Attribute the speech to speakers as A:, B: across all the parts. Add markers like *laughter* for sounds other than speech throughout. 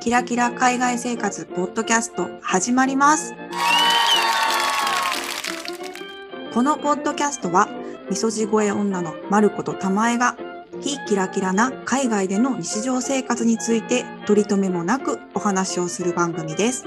A: キラキラ海外生活ポッドキャスト始まります。このポッドキャストは、みそじ声女のまることたまえが、非キラキラな海外での日常生活について、取り留めもなくお話をする番組です。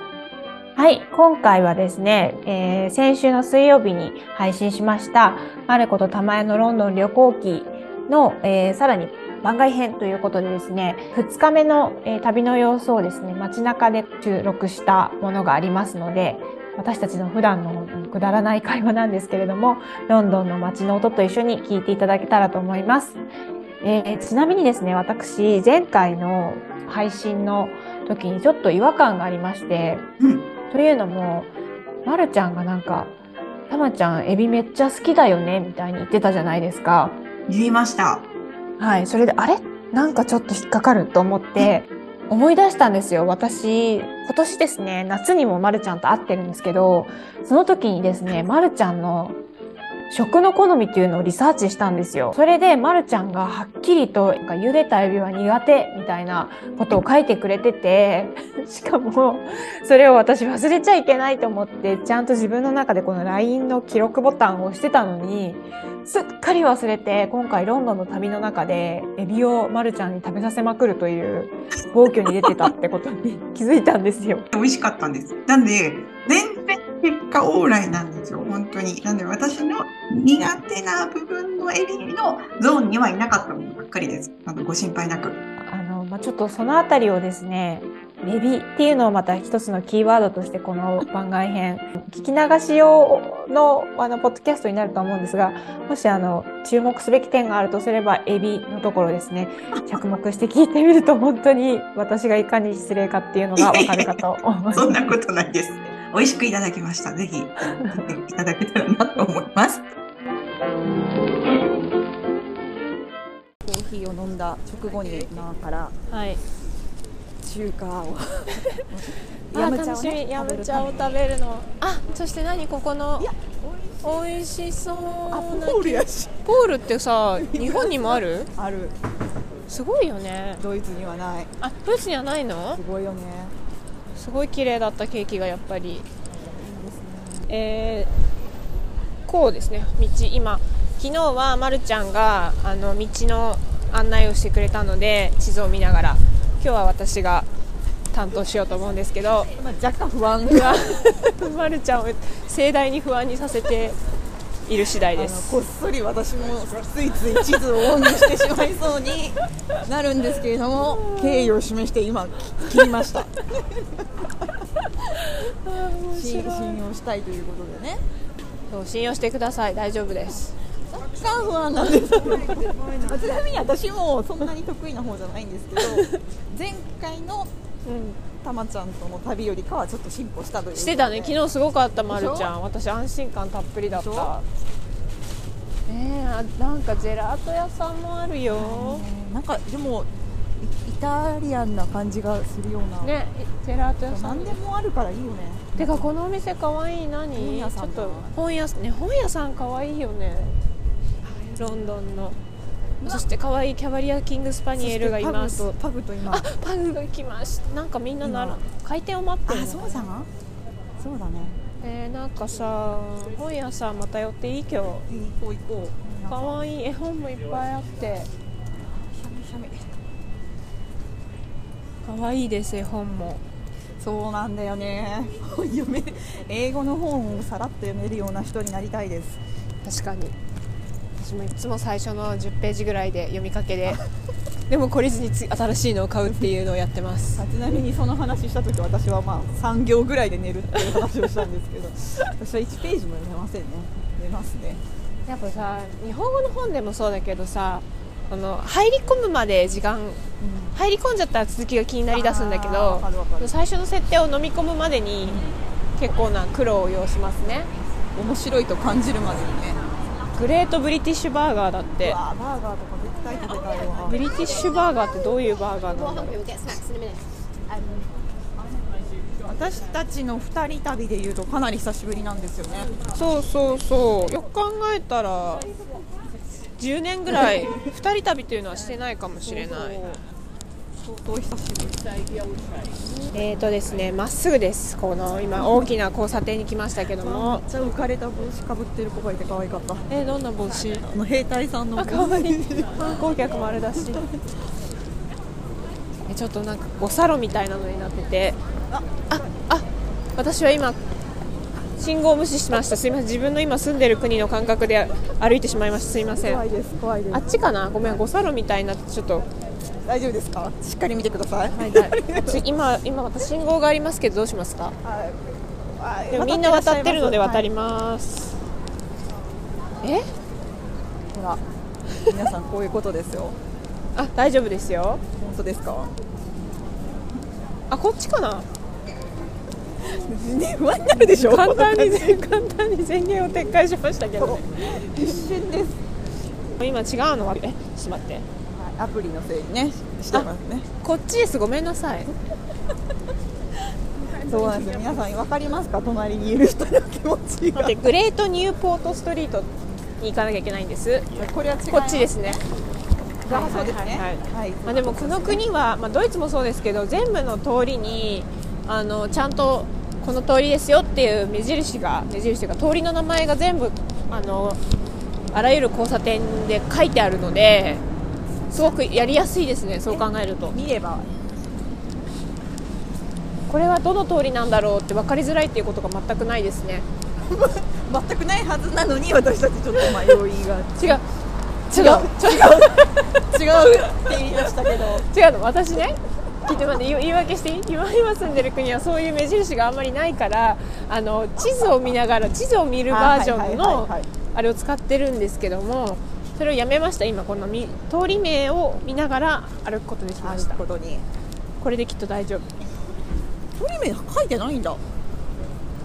B: はい、今回はですね、えー先週の水曜日に配信しました、マルコと玉江のロンドン旅行記の、えーさらに番外編ということでですね、2日目の、えー旅の様子をですね、街中で収録したものがありますので、私たちの普段のうんくだらない会話なんですけれども、ロンドンの街の音と一緒に聞いていただけたらと思います。えーちなみにですね、私、前回の配信の時にちょっと違和感がありまして、
A: うん。
B: というのも、ま、るちゃんがなんか「たまちゃんエビめっちゃ好きだよね」みたいに言ってたじゃないですか。
A: 言いました。
B: はい、それであれなんかちょっと引っかかると思って思い出したんですよ私今年ですね夏にもまるちゃんと会ってるんですけどその時にですねまるちゃんの食の好みっていうのをリサーチしたんですよそれでまるちゃんがはっきりとなんか茹でたエビは苦手みたいなことを書いてくれてて *laughs* しかもそれを私忘れちゃいけないと思ってちゃんと自分の中でこの LINE の記録ボタンを押してたのにすっかり忘れて今回ロンドンの旅の中でエビをまるちゃんに食べさせまくるという暴挙に出てたってことに *laughs* 気づいたんですよ。
A: 美味しかったんです。なんで、全然結果オーライなんですよ、本当に。なんで、私の苦手な部分のエビのゾーンにはいなかったものばっかりです。あのご心配なく。
B: あのまあ、ちょっとそのあたりをですねエビっていうのをまた一つのキーワードとしてこの番外編聞き流し用のあのポッドキャストになると思うんですがもしあの注目すべき点があるとすればエビのところですね着目して聞いてみると本当に私がいかに失礼かっていうのがわかるかと思います
A: そん。なことないです。美味しくいただきました。ぜひ、いただけたらなと思います。
C: コーヒーを飲んだ直後に今から
D: *laughs* はい。
C: 中華を
D: あ、
C: ヤムチャ
D: 楽
C: を
D: しみ。
C: ね
D: ヤムチャを
C: 食べ
D: 食
C: る
D: べるの。あ、そして何ここの
C: いや。
D: 美味しそうな。
C: あポールやし
D: ポールってさ、日本にもある？
C: *laughs* ある
D: すごいよね。
C: ドイツにはない
D: あ、ドイツにはないの
C: す？ごいよね
D: すごい綺麗だったケーキがやっぱり。えー、こうですね。道今。昨日はまるちゃんがあの道の案内をしてくれたので地図を見ながら。今日は私が担当しようと思うんですけど。
C: まあ若干不安
D: う
C: が
D: わ *laughs* まるちゃんを盛大に不安にさせている次第
C: あの
D: です
C: こっそり私もついつい地図をオンにしてしまいそうになるんですけれ
D: *laughs*
C: ども敬意を示して今き切りました信信用したいということでね
D: そう信用してください大丈夫です
C: 若干不安なんですちなみに私もそんなに得意な方じゃないんですけど前回の
D: うん
C: たまちゃんとの旅よりかはちょっと進歩したという
D: してたね昨日すごかったまるち
C: でし
D: ゃん私安心感たっぷりだっ
C: でした
D: ねえあなんかジェラート屋さんもあるよ
C: なんかでもイイタリアンな感じがするような、
D: ねジェラート屋さん
C: 何でもあるからいいよね
D: てかこのお店かわいい何
C: 本屋さん
D: ち
C: だ
D: ょっと本屋ね本屋さんかわいいよねロンドンのそしてかわいいキャバリアキングスパニエルがいます
C: そしてパグとパグと今
D: あパグが来ましたなんかみんななら
C: 今
D: 開店を待ってるの
C: そうじゃんそうだね
D: えーなんかさ本屋さんまた寄っていい今日
C: 行こう行こう
D: かわいい絵本もいっぱいあってかわいいです絵本も
C: そうなんだよね *laughs* 読め英語の本をさらっと読めるような人になりたいです
D: 確かに私もいつも最初の10ページぐらいで読みかけででも懲りずにつ新しいのを買うっていうのをやってます
C: あちなみにその話した時私はまあ3行ぐらいで寝るっていう話をしたんですけど私は1ページも読めませんね寝ますね
D: やっぱさ日本語の本でもそうだけどさあの入り込むまで時間入り込んじゃったら続きが気になりだすんだけ
C: あーわ
D: ど
C: かるわかる
D: 最初の設定を飲み込むまでに結構な苦労を要しますね
C: 面白いと感じるまでにね
D: グレートブリティッシュバーガーだって
C: うわバーガーとか絶対食べたいわ
D: ブリティッシュバーガーってどういうバーガーなんだろう
C: 私たちの2人旅でいうとかなり久しぶりなんですよね
D: そうそうそうよく考えたら10年ぐらい二人旅というのはしてないかもしれない
C: 相当久しぶり
D: えーとですね、まっすぐです、この今、大きな交差点に来ましたけど
C: め
D: も、
C: っちゃ浮かれた帽子かぶってる子がいて可愛かった
D: えどんな帽子
C: あの兵隊さんの
D: あ可愛い *laughs* 観光客丸だしえちょっとなんかおサロみたいなのになっててあああ私は今信号を無視しましたすいません自分の今住んでる国の感覚で歩いてしまいましたすいません
C: 怖
D: あ
C: いです怖いです
D: っちかなごめん五サロみたいになってちょっと、
C: 大丈夫ですかしっかり見てくださいはい
D: *laughs* ち今今また信号がありますけどどうしますか
C: はい
D: でもみんな渡ってるので渡
C: り
D: ります、え
C: ほら皆さんこういうことですよ
D: あ大丈夫ですよ
C: 本当ですか
D: あこっちかな
C: ね *laughs* 不安になるでしょ
D: 簡単に
C: *laughs*
D: 簡単に宣言を撤回しましたけどね
C: 一瞬です
D: 今違うのはえちょっと待って
C: アプリのせいにねしてますね
D: こっちですごめんなさい
C: そうなんですよ皆さん分かりますか隣にいる人の気持ちが
D: でグレートニューポートストリートに行かなきゃいけないんです
C: これは違
D: こっちですすね
C: あそうです
D: は
C: ね
D: いはいはい
C: はい
D: まあ、でもこの国は、まあ、ドイツもそうですけど全部の通りにあのちゃんとこの通りですよっていう目印が目印というか通りの名前が全部あのあらゆる交差点で書いてあるのですごくやりやすいですねそう考えると
C: 見れば
D: これはどの通りなんだろうって分かりづらいっていうことが全くないですね
C: 全くないはずなのに私たちちょっと迷いが *laughs*
D: 違う違う違 *laughs*
C: 違うって言い出したけど
D: う違うの私ね聞いて待って言い言い訳していい今今住んでる国はそういう目印があんまりないからあの地図を見ながら地図を見るバージョン
C: あはいはい
D: の
C: はいはい
D: あれを使ってるんですけどもそれをやめました今このみ通り名を見ながら歩くことにしました
C: ことに
D: これできっと大丈夫
C: トリメ書いてないんだ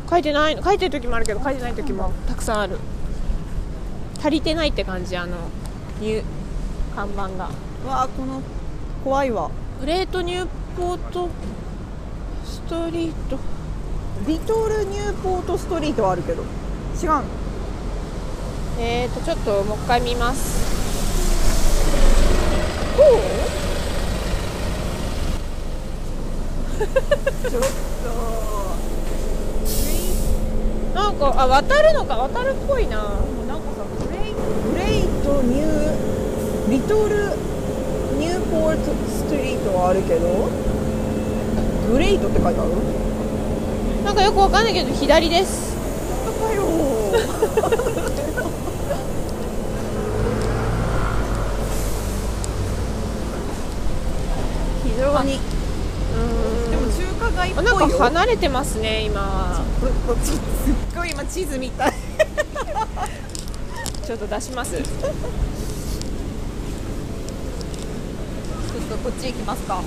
D: 書いてないの書いてる時もあるけど書いてない時もたくさんある足りてないって感じあのいう看板が
C: わあこの怖いわ
D: グレートニューポートストリート
C: リトルニューポートストリートはあるけど違うの
D: えーとちょっともう一回見ます
C: ちょっと
D: なんかあ渡るのか渡るっぽいな
C: なんかさグレイグレイトニューリトルニューポートストリートはあるけどグレイトって書いてある
D: なんかよくわかんないけど左です
C: 高いよ *laughs* 非常にでも中華街っぽ
D: あ
C: い
D: なん
C: よ
D: か離れてますね今
C: これこっちすっごい今地図みたい
D: ちょっと出します
C: ちょっとこっち行きますか。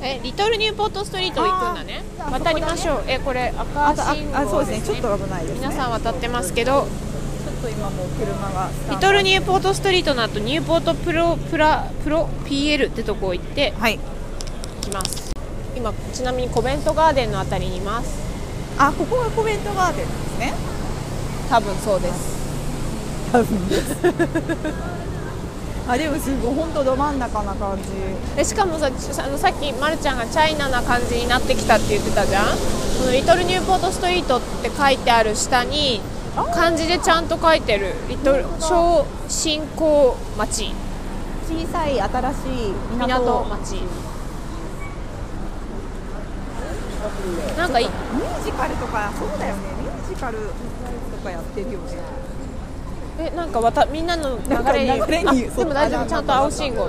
D: えリトルニューポートストリート行くんだね
C: あー
D: 渡りましょうえこれ
C: あ
D: 赤
C: とあ
D: 信号です、ね、
C: あそうですね。ちょっと危ないですね。
D: 皆
C: ちょ
D: さん渡ってますけど
C: っと今もう車がスタンバイ
D: リトルニューポートストリートの後ニューポートプロプラプロ PL ってとこ行って
C: はい。
D: きます今ちなみにコベントガーデンのあたりにいます
C: あここがコメントガーデンですね。
D: 多分そうです
C: 多分です。あでもすごい本当ど真ん中な感じ。
D: でしかもさちあのさっきまるちゃんがチャイナな感じになってきたって言ってたじゃんこのリトルニューポートストリートって書いてある下に漢字でちゃんと書いてるリトル小新興町
C: 小さい新しい
D: 港町なんかい
C: ミュージカルとかそうだよね。ミュージカルとかやってるよね。
D: えなんかわたみんなの流れに
C: なんか流れに
D: あ
C: そ
D: で
C: う
D: も大丈
C: あ
D: 夫ちゃんと青信号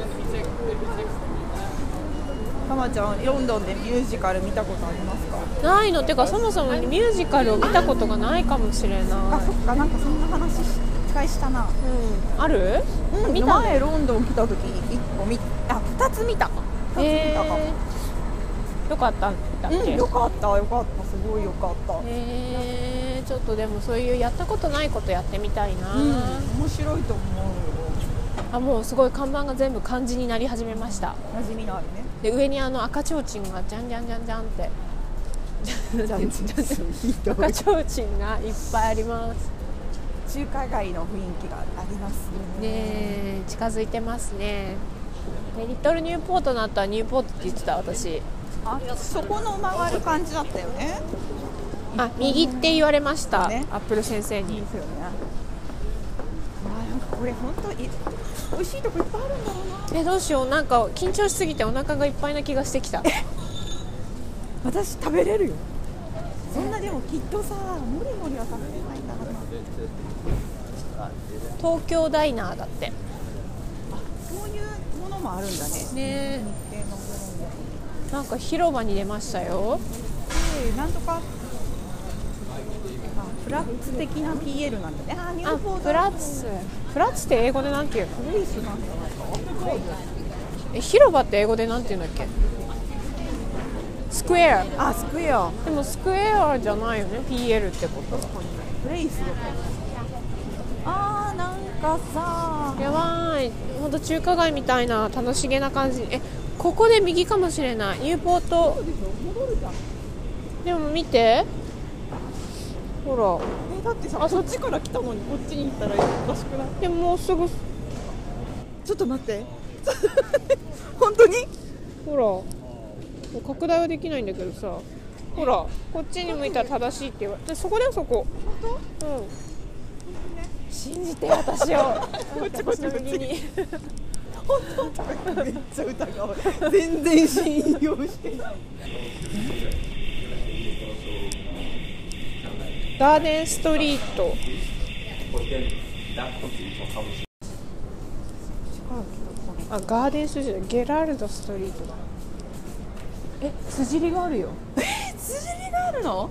C: たまちゃんロンドンでミュージカル見たことありますか。
D: ないのてかそもそもミュージカルを見たことがないかもしれな
C: あ
D: い
C: そっかなんかそんな話し一回したな。
D: うんある
C: うん、
D: 見た
C: 前ロンドン来た時に1個見あ2つ見た2つ見たかも、
D: えーよかったんだっ
C: うん、
D: け
C: よかったよかったすごいよかった、
D: えーちょっとでもそういうやったことないことやってみたいな
C: うん面白いと思う
D: あもうすごい看板が全部漢字になり始めました
C: よなじみのあるね
D: で上にあの赤ちょうちんがじゃんじゃんじゃんじゃんって
C: じゃんじゃん
D: 赤ちょうちんがいっぱいあります
C: 中華街の雰囲気があります
D: ねえ近づいてますねえリトルニューポートの後はニューポートって言ってた私
C: あそこの曲がる感じだったよね
D: あ右って言われました、
C: ね
D: アップル先生
C: いい
D: に
C: ですよねあーなんかこれ本当に美味しいとこいっぱいあるんだろうな
D: えどうしようなんか緊張しすぎてお腹がいっぱいな気がしてきた
C: 私食べれるよそんなでもきっとさもりもりは食べれないんだから
D: 東京ダイナーだってね
C: そういうものもあるんだね
D: え
C: 日系のものも
D: なんか広場に出ましたよ
C: でなんとかあフラッツ的な PL なんだねあーニュ
D: あ
C: ーポート
D: フラッツフラッツって英語でなんて言うの
C: グレイスなんだ
D: え広場って英語でなんて言うんだっけスクエア
C: あスクエア
D: でもスクエアじゃないよね PL ってこと
C: グレイスだあーなんかさ
D: やばいほんと中華街みたいな楽しげな感じえここで右かもしれないニューポートでも見てほ
C: えだってさ
D: あそ
C: っちから来たのにこっちに行ったらおかしくない
D: らでももうすぐ
C: ちょっと待って
D: *laughs*
C: 本当に
D: ほらもう拡大はできないんだけどさほらこっちに向いたら正しいって言われてそこだよそこうん信じて私を
C: *laughs*
D: こっちこっちこっち
C: めっちゃ疑われ全然信用してない
D: ガーデンストリートあガーデンストリートじゃないゲラルドストリートだ
B: え、辻りがあ
D: *laughs*
B: るよ。
C: 辻があるの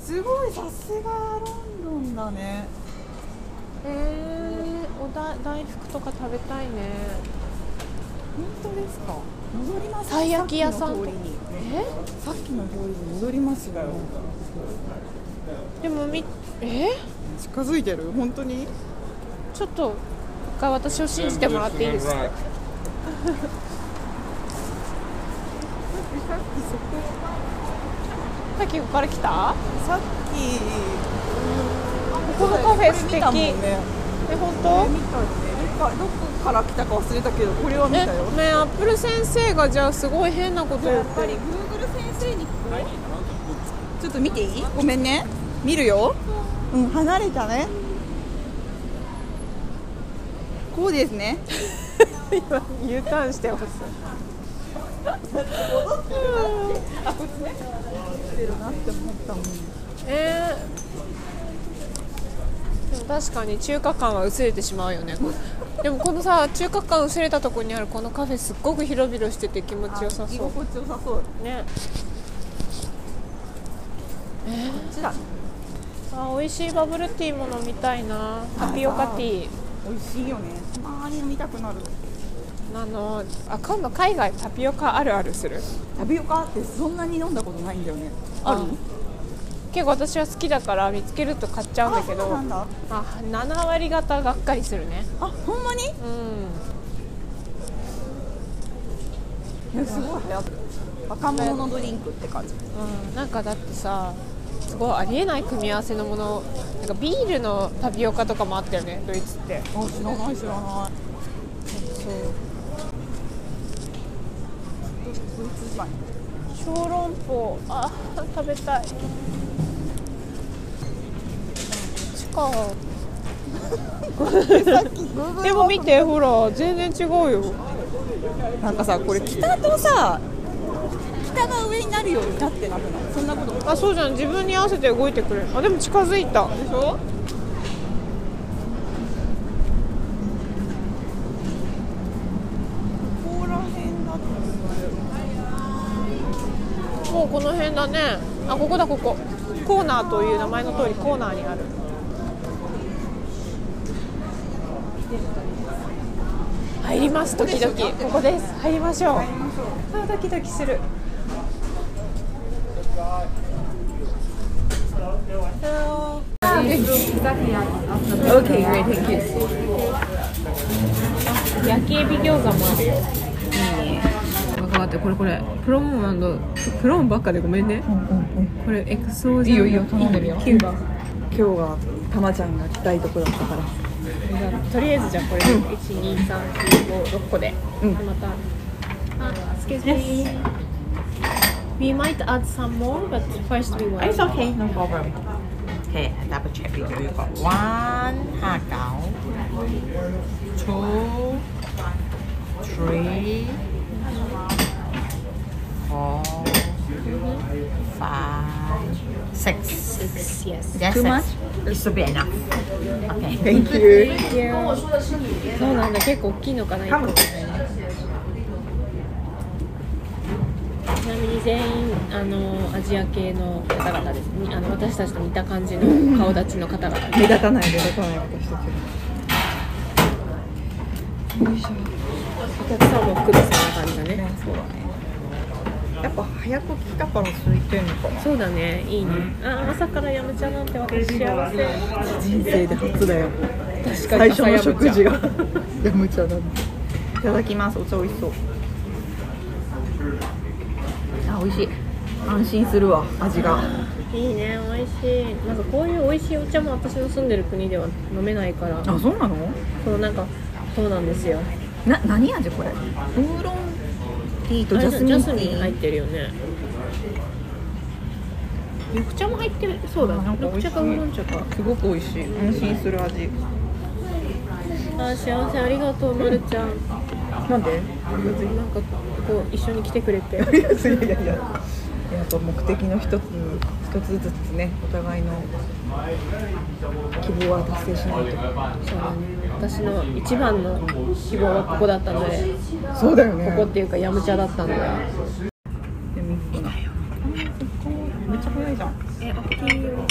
C: すごいさすがロンドンだね
D: えー、おだ大福とか食べたいね
C: 本当ですか戻ります
D: たい焼き屋さん
C: さっきの通りにさっきの通りに戻りますよ
D: えでもみえ
C: 近づいてる本当に
D: ちょっと一回私を信じてもらっていいですかさっきここから来た
C: さっき
D: ここのカフェ素敵
C: これ見たもんね
D: え本
C: こ
D: 当
C: れ見たよねどっかどこから来たか忘れたけどこれは見た
D: え
C: よ
D: ねえアップル先生がじゃあすごい変なこと言ってる
C: Google 先生に聞こうちょっと見ていいごめんね見るようん離れたねこうですね
D: U ターンしてます
C: してるなって思ったもん
D: えーでも確かに中華感は薄れてしまうよねこうでもこのさ中華感薄れたとこにあるこのカフェすっごく広々してて気持ちよさ
C: 居
D: そ
C: 心地よさそうこ
D: うね
C: っちだ
D: あ美味しいバブルティーも飲みたいなタピオカティー
C: 美味しいよねたまに飲みたくなる
D: あのあ今度海外タピオカあるあるする
C: タピオカってそんなに飲んだことないんだよね
D: ある結構私は好きだから見つけると買っちゃうんだ
C: あ
D: け
C: そう
D: ど
C: なんだ
D: あ7割方がっかりするね
C: あほんまにい
D: うん
C: やすごい流行ってる若者のドリンクって感じ
D: うん、なんかだってさすごいありえない組み合わせのものなんかビールのタピオカとかもあったよねドイツって
C: あ知らない知らない
D: そう
C: ドイツ人
D: 小籠包あ食べたい地下でも見てほら全然違うよ
C: なんかさこれ北とさ北が上になるようになってなくないそんなことない
D: あそうじゃん自分に合わせて動いてくれるあでも近づいた
C: でしょここら辺だと
D: もうこの辺だねあここだここコーナーという名前の通りコーナーにある入ります時々ここです入りましょうあドキドキする焼きエビ餃子もあるよ分かってこれこれプローンプローンばっかでごめんねこれエクソージいいよいいよ頼んでるよキューバ
C: 今日はたまちゃんが来たいとこだったから
D: とりあえずじゃあこれで12345個で、
C: うん
D: また。Uh, excuse me. We might add some more, but first we will.
E: It's okay, no problem. Okay, I double check with you. You got one Hagao, two, three, four, five, six.
D: Six, yes.
E: Yes, Too much? It should be enough. Okay.
D: そうなんだ、結構大きいのかな、一個。ちなみに全員あのアジア系の方々ですにあの私たちと似た感じの顔立ちの方々です
C: 目立たない目立たない私たち
D: お客さんも含めそんな感じだね
C: ねそうだねやっぱ早く来たから空いてんのかな
D: そうだね、いいね。あー朝からやむちゃなんて私幸せ。
C: 人生で初だよ
D: 確
C: 最初の食事
D: が。
C: がヤムチャなんでいただきますお茶美味しそうあ美味しい安心するわ味が
D: いいね、美味しい。まずこういう美味しいお茶も私の住んでる国では飲めないから、
C: あそうなの
D: このなんかそうなんですよ。
C: な何味これウーロンティーと
D: あ
C: ジ
D: れ
C: ャ
D: だ
C: スミンテ
D: ジャスミン
C: ィ
D: 入っ
C: ー
D: てるよね。緑茶も入ってる。そうだ。
C: あなんか美
D: 緑
C: 味し
D: 茶
C: い
D: かウーロン茶か。
C: すごく美味しい安心する味
D: あー幸せありがとうまるちゃん。
C: なんで
D: なんかこう一緒に来てくれて。
C: いやいやいやいややっぱ目的の一つ一つずつねお互いの希望は達成しない
D: そうだね。私の一番の希望はここだったので、
C: とそうだよね
D: ここっていうかやむちゃだったので。
C: でも一個だよめっちゃ早いじゃん
D: え、大きいよ。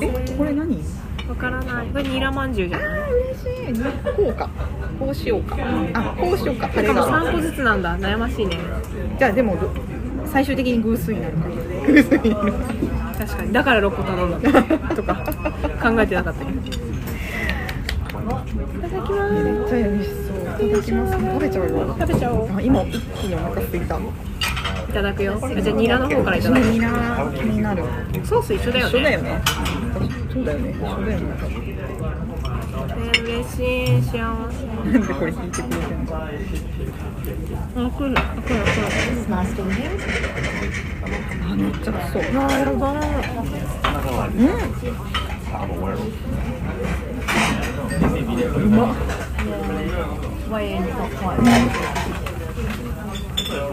C: えこれ何
D: わからない。これニラまんじゅうじゃない。
C: 嬉しいねこうかこうしようかあこうしようかこ
D: し
C: れ
D: かも
C: が
D: 三個ずつなんだ。悩ましいね。
C: じゃあでもど最終的に偶数になるから偶数になる
D: 確かに。だから六個頼んだ。とか考えてなかったけど。いただきま
C: め
D: す。
C: っちゃやりそういただきます食べちゃうよ
D: 食べちゃおう。
C: あ今一気にお腹すいた
D: いただくよ。じゃあニラの方からいただく。
C: ニラ気になる
D: ソース一緒だよ
C: 一緒だ
D: ね。
C: よねそうだよね一緒だよね
D: え嬉しい幸せ。
C: なんでこれ引いてくれてんの
D: あ来るあ来る来る。
C: あめっちゃくそう
D: あやばい。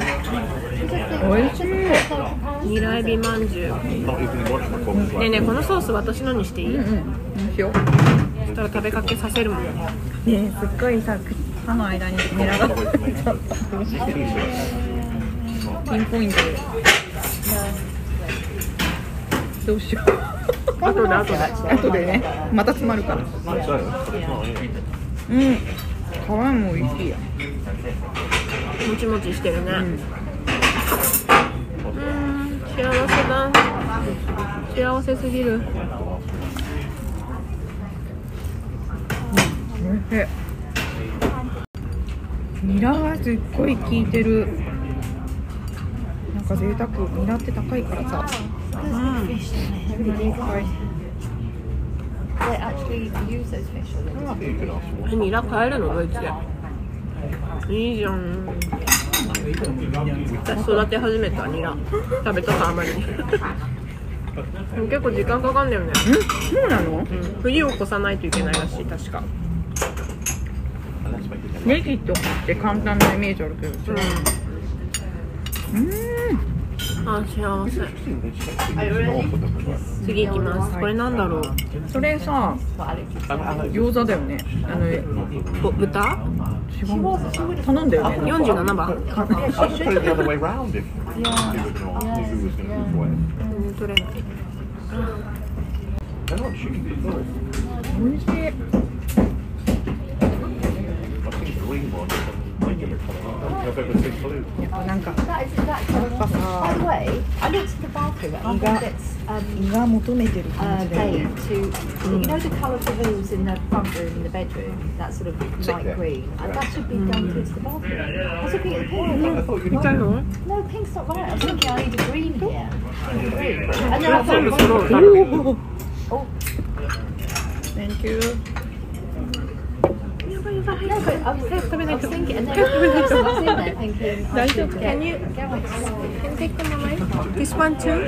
C: 美味しい
D: ニラエビまんじゅう。ね
F: not even watch my coffee.
D: えねえこのソース私のにしていい？
C: うんしよ
D: そしたら食べかけさせるもん。ね
C: うねえすっごいさ歯の間にニラがついちゃったピンポイントでどうしよう後で後で後でねまた詰まるから
F: Like that, but it's not in.
C: うん皮も美味しいや
D: もちもちしてるね。うん、幸せだ。幸せすぎる。
C: おいしいニラがすっごい効いてるなんか贅沢ニラって高いからさ
D: え、ニラ買えるのドイツで。いいじゃん。私育て始めたニラ。食べたかあまりに。でも結構時間かかんだよね。
C: うんそうなの
D: うん、冬を越さないといけないらしい、確か。
C: ネギとかって簡単なイメージあるけど
D: うん。あ、幸せ。
F: North of them as well.
D: 次行きます。これなんだろう。
C: それさ餃子だよねあの違う
D: ぼ豚
C: 頼んだよね
D: ?47 番。
F: I just put it the other way round if if it was north, if it was going to be west.
D: 全然取れない。
F: They're not cheap.
C: 美味しい
F: I think green one. They give it colour. I don't think I've ever seen blue.
C: なんか
G: That is that. By the way, I looked at the bathroom and
C: got-
G: it's um,
C: 胃が求めてる
G: uh,
C: 感じだよ
G: paid
C: ね
G: to. You know the colour of the walls in the front room and the bedroom, that sort of light
F: yeah.
G: green, and that should be done through to the bathroom. I was looking at the pink. and I thought,
D: 痛いの
G: No, pink's not right. I was thinking I need a green here. I need a green. And then I thought,
D: Absolutely.
G: well,
C: Thank you.
G: No, but I was, I was thinking, and then I was in there thinking, I should get, can you get one. Can you take them away?
C: This one too?
G: Thank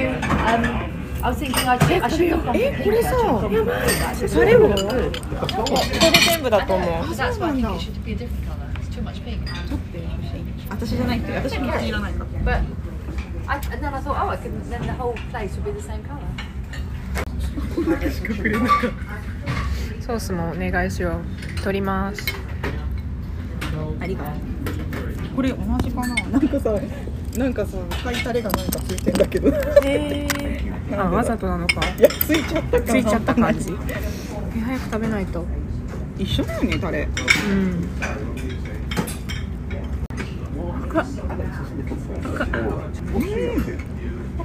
G: you. Um, I was thinking I should, I should have gone for pink. actually.
C: それも
D: これ全部だと思う
G: That's why I think it should be a different colour. It's too much pink.
E: 私じゃないって、私も気に入らないから。
G: But I, and then I thought, oh, I could, then the whole place would be the same colour.
D: ソースもお願いしよう取ります
C: これ同じかななんかさなんかさ赤いタレがなんかついてんだけど
D: あわざとなのか
C: いやついちゃったか
D: ついちゃった感じ
C: わかんない
D: え早く食べないと
C: 一緒だよねタレ
D: うん
C: うん
G: I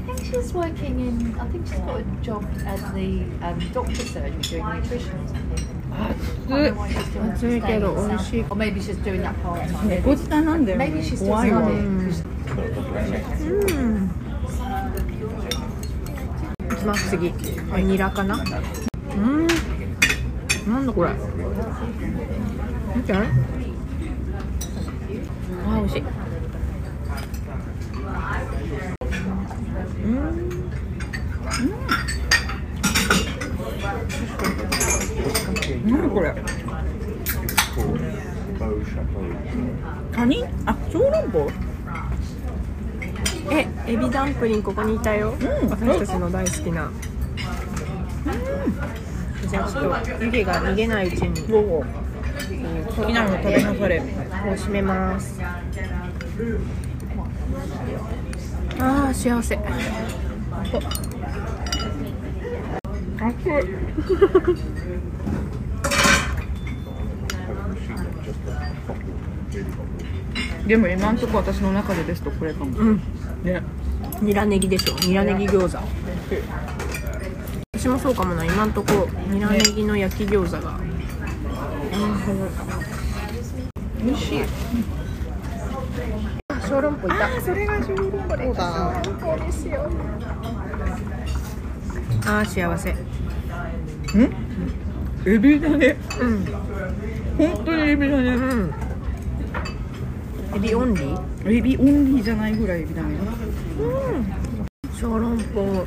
G: think she's working in. I think she's got a job as the um, doctor surgeon doing nutrition or something. I don't know why she's doing
C: That's
G: that, staying
C: good,
G: in
C: oh,
G: South-
C: she-
G: Or maybe she's doing that part time.
C: 猫舌なんだよね
G: Maybe she's still
C: 怖いわ
G: studying.
D: いきます次、ニラかなうんなんだこれ見てあれあ美味しい
C: 何これ
F: It's called Beau Chapeau.
C: 他人あ小籠包
D: えエビダンプリンここにいたよ、
C: うん
D: 私たちの大好きな、じゃあちょっと湯気が逃げないうちに
C: どうぞ好きなの食べなされ
D: こう締めますあー幸せ
C: 熱い
F: Have you seen them? Just like hot water, really hot water.
C: でも今んとこ私の中でベストこれかも
D: うん
C: ね
D: ニラネギでしょニラネギ餃子私もそうかもな今んとこニラネギの焼き餃子が
C: 美味しい
D: 小籠包いた
C: それが小籠包だ
D: あー幸せ
C: エビだね
D: うん
C: 本当にエビだね
D: うんエビオンリー
C: エビオンリーじゃないぐらいエビだね
D: 小籠包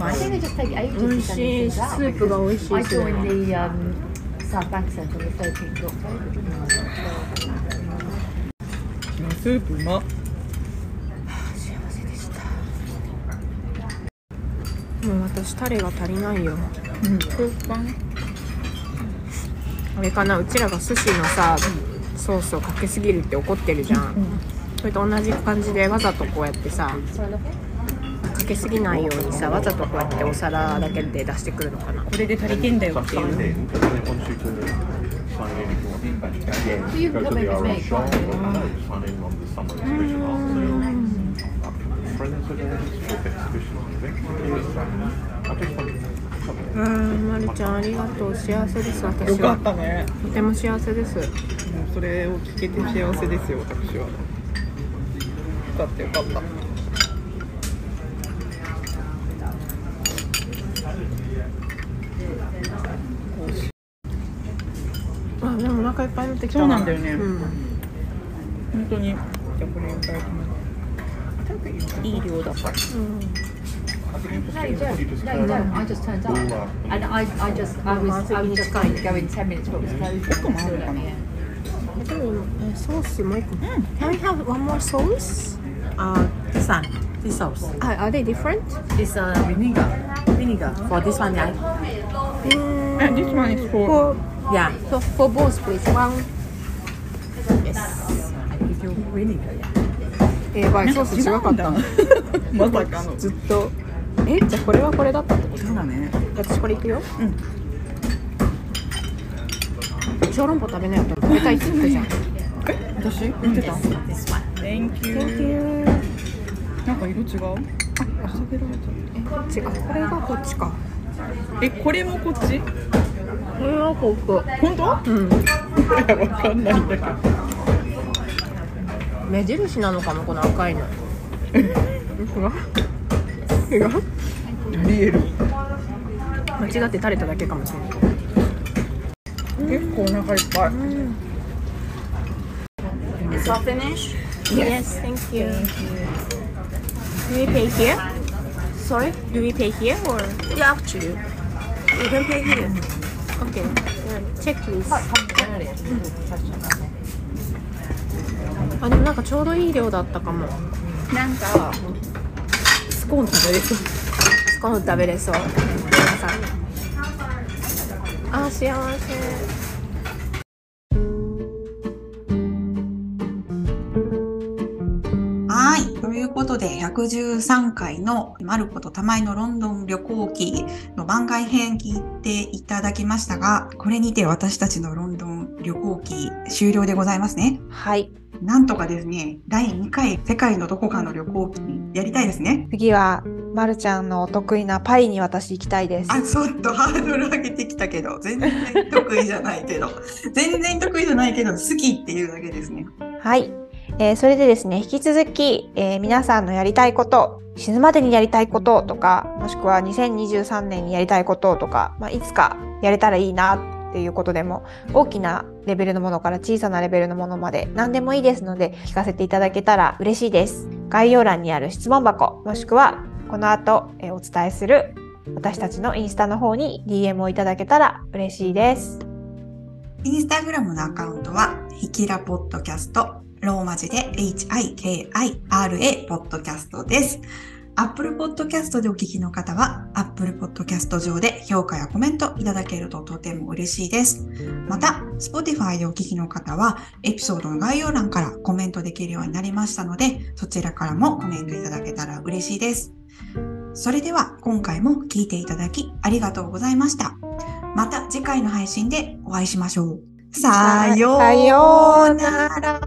G: I think they just take ages
D: Mm,
G: to send
D: she-
G: things out.
D: super well,
G: because I
D: she's
G: joined the um, South Bank Centre on the 13th of October.
C: スープうま
D: もう私タレが足りないよ
C: 食パン
D: あれかなうちらが寿司のさソースをかけすぎるって怒ってるじゃん、それと同じ感じでわざとこうやってさかけすぎないようにさわざとこうやってお皿だけで出してくるのかな
C: これで足りてんだよ
F: So
C: っ
F: I've
C: ていう
F: signed in, but then it wants you to sign in if you want to back again. go to the RS
G: you can come in with me,
F: shop
G: can't
F: or no, sign
G: you?
F: in on the summer exhibition
G: Mm.
F: after the friends with us, shop exhibition, I think. I just want to
D: うーんまるちゃんありがとう幸せです
C: よ
D: 私
C: か
D: は
C: ったね
D: とても幸せです
C: もうそれを聞けて幸せですよ私はよかったよかった
D: あでもお腹いっぱいになってきた
C: そうなんだよね
D: うん
C: 本当にじゃあこれいただきますいい量だった
G: No, you don't. No, you don't. I just turned up, and I, I just, I was, I was just going to go in ten minutes, but it was closed. so
C: on,
G: let
C: come
G: me in.
D: でもえソースもう一個、Can I have one more sauce?
H: Uh, this one, this sauce.
D: Are, are they different?
H: It's uh, vinegar. Vinegar for this one, yeah.
C: And this one is for
D: For,
H: Yeah.
D: so for both please one
H: Yes. I give you vinegar. Yeah.
D: えやばいソ
C: なん
D: ー
C: か
D: ス
C: 違
D: 違か
C: う
D: っ
C: ん
D: た
C: だ
D: の
C: まさかの
D: ずっとえじゃあこれはこれだったってこと
C: そうだね
D: 私これいくようん小籠包食べないと食べたいって言ったじゃん
C: 私見てた Thank you なんか色違うあ、遊べられ
D: 違うこれがこっちか
C: たえ、これもこっち
D: これはここ
C: 本当うんいや、わかんないんだけど
D: 目印なのかなこの赤いの違う違う
C: リエル
H: 間違って垂れただけかもしれない
C: 結構お腹いっぱい
H: It's all finished?
I: Yes, thank you. Do we pay here? Sorry? Do we pay here or?
H: Yeah, actually. You can pay here.
I: Okay. uh, Check please. あ、でもなんかちょうどいい量だったかも。
H: なんか、スコーン食べれそう。
I: スコーン食べれそう。あ、幸せ。
A: はい。ということで、113回のマルコと玉井のロンドン旅行記の番外編聞いていただきましたが、これにて私たちのロンドン旅行記終了でございますね。
B: はい。
A: なんとかですね、第2回世界のどこかの旅行記やりたいですね。
B: 次は、まるちゃんのお得意なパイに私行きたいです。
A: あ、ちょっとハードル上げてきたけど、全然得意じゃないけど、全然得意じゃないけど、好きっていうだけですね。
B: はい。えーそれでですね、引き続き、えー皆さんのやりたいこと、死ぬまでにやりたいこととか、もしくは2023年にやりたいこととか、まあ、いつかやれたらいいなっていうことでも、大きなレベルのものから小さなレベルのものまで何でもいいですので、聞かせていただけたら嬉しいです。概要欄にある質問箱、もしくは、この後、えーお伝えする私たちのインスタの方に DM をいただけたら嬉しいです。
A: インスタグラムのアカウントは、ひきらポッドキャスト、ローマ字で HIKIRA ポッドキャストです。Apple Podcast でお聞きの方は、Apple Podcast 上で評価やコメントいただけるととても嬉しいです。また、Spotify でお聞きの方は、エピソードの概要欄からコメントできるようになりましたので、そちらからもコメントいただけたら嬉しいです。それでは、今回も聞いていただきありがとうございました。また次回の配信でお会いしましょう。さようなら。